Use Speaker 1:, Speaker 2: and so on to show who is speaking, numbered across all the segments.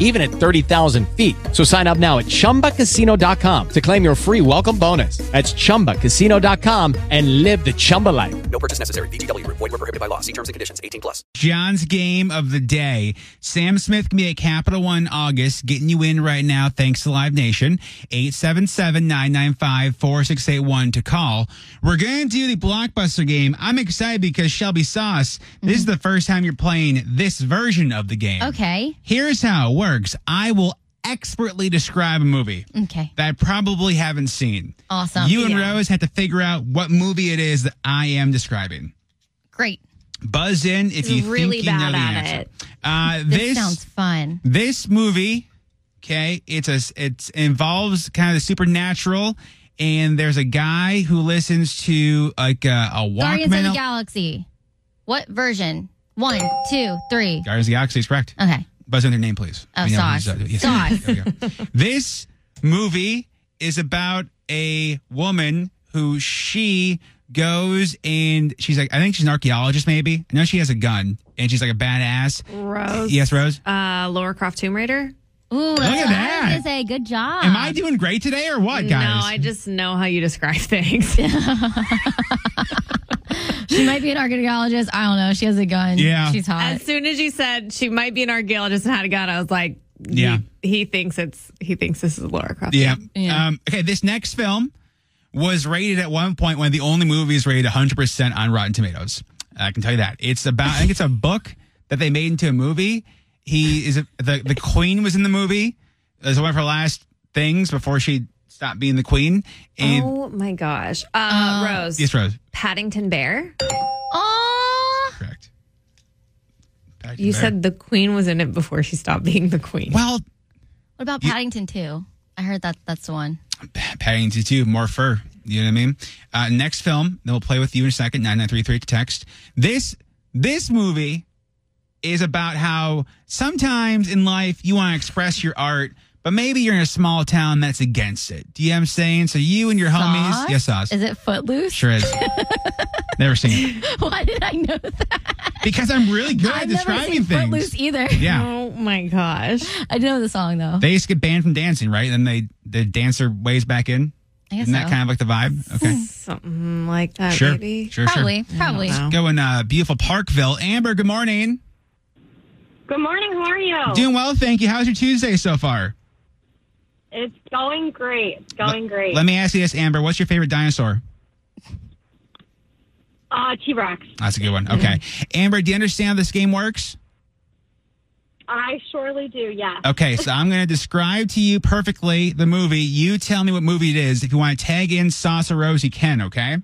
Speaker 1: even at 30,000 feet. So sign up now at ChumbaCasino.com to claim your free welcome bonus. That's ChumbaCasino.com and live the Chumba life.
Speaker 2: No purchase necessary. BGW. Void were prohibited by law. See terms and conditions. 18 plus.
Speaker 3: John's game of the day. Sam Smith can be at Capital One August, getting you in right now thanks to Live Nation. 877-995-4681 to call. We're going to do the blockbuster game. I'm excited because Shelby Sauce, this
Speaker 4: Mm-hmm.
Speaker 3: is the first time you're playing this version of the game.
Speaker 4: Okay.
Speaker 3: Here's how it works. I will expertly describe a movie
Speaker 4: Okay.
Speaker 3: that I probably haven't seen.
Speaker 4: Awesome.
Speaker 3: You and
Speaker 4: Yeah.
Speaker 3: Rose have to figure out what movie it is that I am describing.
Speaker 4: Great.
Speaker 3: Buzz in if
Speaker 5: He's
Speaker 3: you
Speaker 5: really
Speaker 3: think you know
Speaker 5: bad
Speaker 3: the
Speaker 5: at
Speaker 3: answer.
Speaker 5: it.
Speaker 3: Uh,
Speaker 4: This,
Speaker 3: this
Speaker 4: sounds fun.
Speaker 3: this movie, okay, it's a it's involves kind of the supernatural, and there's a guy who listens to like a, a
Speaker 4: Guardians of the
Speaker 3: Walkman.
Speaker 4: Galaxy. What version? One, two, three.
Speaker 3: Guardians of the Galaxy is correct.
Speaker 4: Okay.
Speaker 3: Buzz in their name, please.
Speaker 4: Uh, Oh,
Speaker 3: We know
Speaker 4: Sauce.
Speaker 3: who's- yes.
Speaker 4: Sauce.
Speaker 3: There we go. this movie is about a woman who she goes and she's like, I think she's an archaeologist, maybe. I know she has a gun and she's like a badass.
Speaker 5: Rose.
Speaker 3: Yes, Rose.
Speaker 5: Uh, Laura Croft Tomb Raider.
Speaker 4: Ooh, that's
Speaker 3: at
Speaker 4: what
Speaker 3: that.
Speaker 4: I was gonna say good job.
Speaker 3: Am I doing great today or what, guys?
Speaker 5: No, I just know how you describe things.
Speaker 4: she might be an archaeologist. I don't know. She has a gun.
Speaker 3: Yeah.
Speaker 4: She's hot.
Speaker 5: as soon as you said she might be an archaeologist and had a gun, I was like,
Speaker 3: Yeah.
Speaker 5: He, he thinks it's he thinks this is Laura Croft.
Speaker 3: Yeah.
Speaker 4: Yeah.
Speaker 3: Um, okay, this next film was rated at one point one of the only movies rated 100% on Rotten Tomatoes. I can tell you that. It's about, I think it's a book that they made into a movie. He is, a, the, the queen was in the movie. It was one of her last things before she stopped being the queen. And
Speaker 5: Oh my gosh. Uh, Rose.
Speaker 3: yes, Rose.
Speaker 5: Paddington Bear.
Speaker 4: Aw.
Speaker 3: Correct. Back to
Speaker 5: You
Speaker 3: there.
Speaker 5: said the queen was in it before she stopped being the queen.
Speaker 3: well,
Speaker 4: What about Paddington Two? I heard that that's the one.
Speaker 3: Paddington 2, more fur. You know what I mean? Uh, next film that we'll play with you in a second, 9933 to text. This this movie is about how sometimes in life you want to express your art, but maybe you're in a small town that's against it. Do you know what I'm saying? So you and your
Speaker 4: Sauce?
Speaker 3: homies. Yes, Oz.
Speaker 4: Is it Footloose?
Speaker 3: Sure is. Never seen it.
Speaker 4: Why did I know that?
Speaker 3: Because I'm really good at
Speaker 4: I've never
Speaker 3: describing
Speaker 4: seen
Speaker 3: things.
Speaker 4: Footloose either.
Speaker 3: Yeah.
Speaker 5: Oh my gosh.
Speaker 4: I know the song though.
Speaker 3: They just get banned from dancing, right? Then they the dancer weighs back in.
Speaker 4: I guess
Speaker 3: Isn't that
Speaker 4: so.
Speaker 3: kind of like the vibe? Okay.
Speaker 5: Something like that,
Speaker 3: Sure.
Speaker 5: maybe.
Speaker 3: Sure, sure.
Speaker 4: probably, probably.
Speaker 5: know.
Speaker 3: Go in uh, beautiful Parkville. Amber, good morning.
Speaker 6: Good morning. How are you?
Speaker 3: Doing well, thank you. How's your Tuesday so far?
Speaker 6: it's going great. It's going great.
Speaker 3: Let me ask you this, Amber. What's your favorite dinosaur?
Speaker 6: uh, T Rex.
Speaker 3: That's a good one. Okay. Amber, do you understand how this game works?
Speaker 6: I surely do. Yeah.
Speaker 3: Okay, so I'm going to describe to you perfectly the movie. You tell me what movie it is. If you want to tag in Sauce or Rose, you can, okay?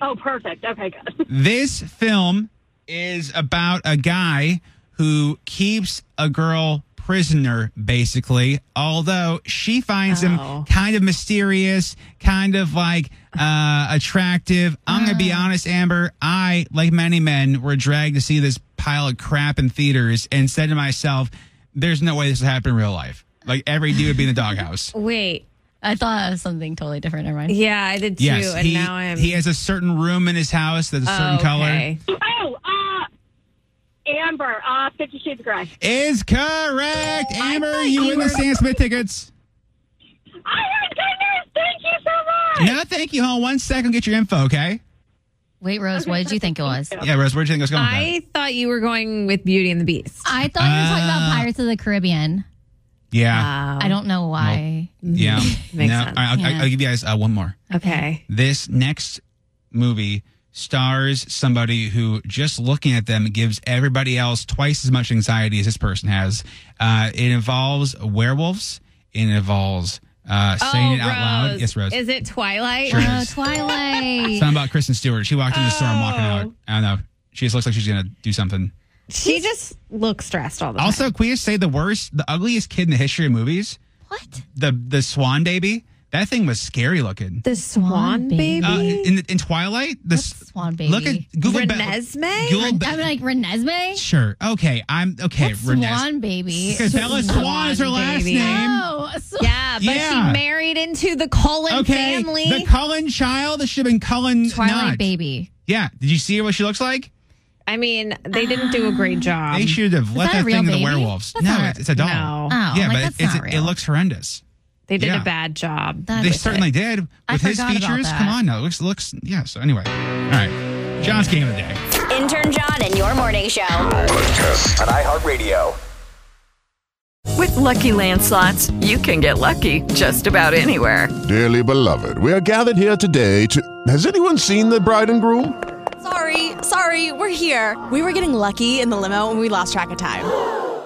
Speaker 6: Oh, perfect. Okay, good.
Speaker 3: This film is about a guy who keeps a girl prisoner, basically, although she finds him
Speaker 5: Oh.
Speaker 3: kind of mysterious, kind of like uh, attractive. I'm going to be
Speaker 5: Ah.
Speaker 3: honest, Amber. I, like many men, were dragged to see this pile of crap in theaters and said to myself, there's no way this will happen in real life. Like every dude would be in the doghouse.
Speaker 5: Wait.
Speaker 4: I thought it was something totally different. Never mind.
Speaker 5: Yeah, I did too.
Speaker 3: Yes,
Speaker 5: and
Speaker 3: he,
Speaker 5: now I'm
Speaker 3: he has a certain room in his house that's a certain color.
Speaker 5: okay.
Speaker 6: Oh, uh, Amber. Uh, Fifty Shades of Grey.
Speaker 3: is correct.
Speaker 5: Oh,
Speaker 3: Amber, you win the Sam Smith tickets.
Speaker 6: Oh my goodness! Thank you so much.
Speaker 3: No, thank you. Hold on one second. Get your info, okay?
Speaker 4: Wait, Rose, what did you think it was?
Speaker 3: Yeah, Rose, where do you think I was going with that?
Speaker 5: I thought you were going with Beauty and the Beast.
Speaker 4: I thought you were talking about
Speaker 3: Uh,
Speaker 4: Pirates of the Caribbean.
Speaker 3: Yeah.
Speaker 4: I don't know why.
Speaker 3: yeah.
Speaker 5: uh, Makes
Speaker 3: no,
Speaker 5: sense.
Speaker 3: all right, I'll,
Speaker 4: Yeah.
Speaker 3: I'll give you guys uh, one more.
Speaker 5: Okay.
Speaker 3: This next movie stars somebody who just looking at them gives everybody else twice as much anxiety as this person has. Uh, it involves werewolves. It involves uh, saying it out loud. Yes, Rose.
Speaker 5: Oh, Is it Twilight?
Speaker 3: Sure.
Speaker 4: Oh,
Speaker 3: Yes.
Speaker 4: Twilight.
Speaker 3: Something about Kristen Stewart. She walked into the store and walking out.
Speaker 5: Oh.
Speaker 3: I don't know. She just looks like she's going to do something.
Speaker 5: She just looks stressed all the time.
Speaker 3: Also, can we just say the worst, the ugliest kid in the history of movies?
Speaker 4: what?
Speaker 3: The the Swan Baby. That thing was scary looking.
Speaker 7: The Swan,
Speaker 5: Swan
Speaker 7: Baby.
Speaker 5: Baby?
Speaker 3: Uh, in in Twilight, this
Speaker 4: What's Swan Baby?
Speaker 3: Look at Google Be-
Speaker 5: Renesmee?
Speaker 3: Google Be-
Speaker 4: I'm like Renesmee.
Speaker 3: sure. Okay, I'm okay.
Speaker 4: What's
Speaker 3: Renes-
Speaker 4: Swan Baby.
Speaker 3: Because Bella Swan is her last
Speaker 5: baby.
Speaker 3: name.
Speaker 4: Oh, so-
Speaker 5: Yeah, but
Speaker 3: Yeah.
Speaker 5: she married into the Cullen
Speaker 3: okay,
Speaker 5: family.
Speaker 3: the Cullen child. This should have been Cullen.
Speaker 4: Twilight
Speaker 3: Knott.
Speaker 4: Baby.
Speaker 3: Yeah. Did you see what she looks like?
Speaker 5: I mean, they didn't do a great job.
Speaker 3: They should have let
Speaker 4: Um, that a
Speaker 3: that
Speaker 4: real
Speaker 3: thing to the
Speaker 4: baby?
Speaker 3: werewolves.
Speaker 4: That's
Speaker 3: no,
Speaker 4: not-
Speaker 3: it's, it's a doll.
Speaker 5: No.
Speaker 4: Oh,
Speaker 3: yeah,
Speaker 4: like,
Speaker 3: but
Speaker 4: that's
Speaker 3: it's,
Speaker 4: not
Speaker 3: it
Speaker 4: real.
Speaker 3: looks horrendous.
Speaker 5: They did
Speaker 3: Yeah.
Speaker 5: a bad job.
Speaker 4: That
Speaker 3: they
Speaker 4: is
Speaker 3: certainly
Speaker 4: it.
Speaker 3: did with
Speaker 4: I
Speaker 3: his
Speaker 4: forgot about
Speaker 3: features.
Speaker 4: that.
Speaker 3: Come on, no, it looks looks yeah. So anyway, all right, John's game of the day.
Speaker 8: Intern John and your morning show.
Speaker 2: On iHeartRadio.
Speaker 9: With Lucky Land slots, you can get lucky just about anywhere.
Speaker 10: Dearly beloved, we are gathered here today to. Has anyone seen the bride and groom?
Speaker 11: Sorry, sorry, we're here. We were getting lucky in the limo and we lost track of time.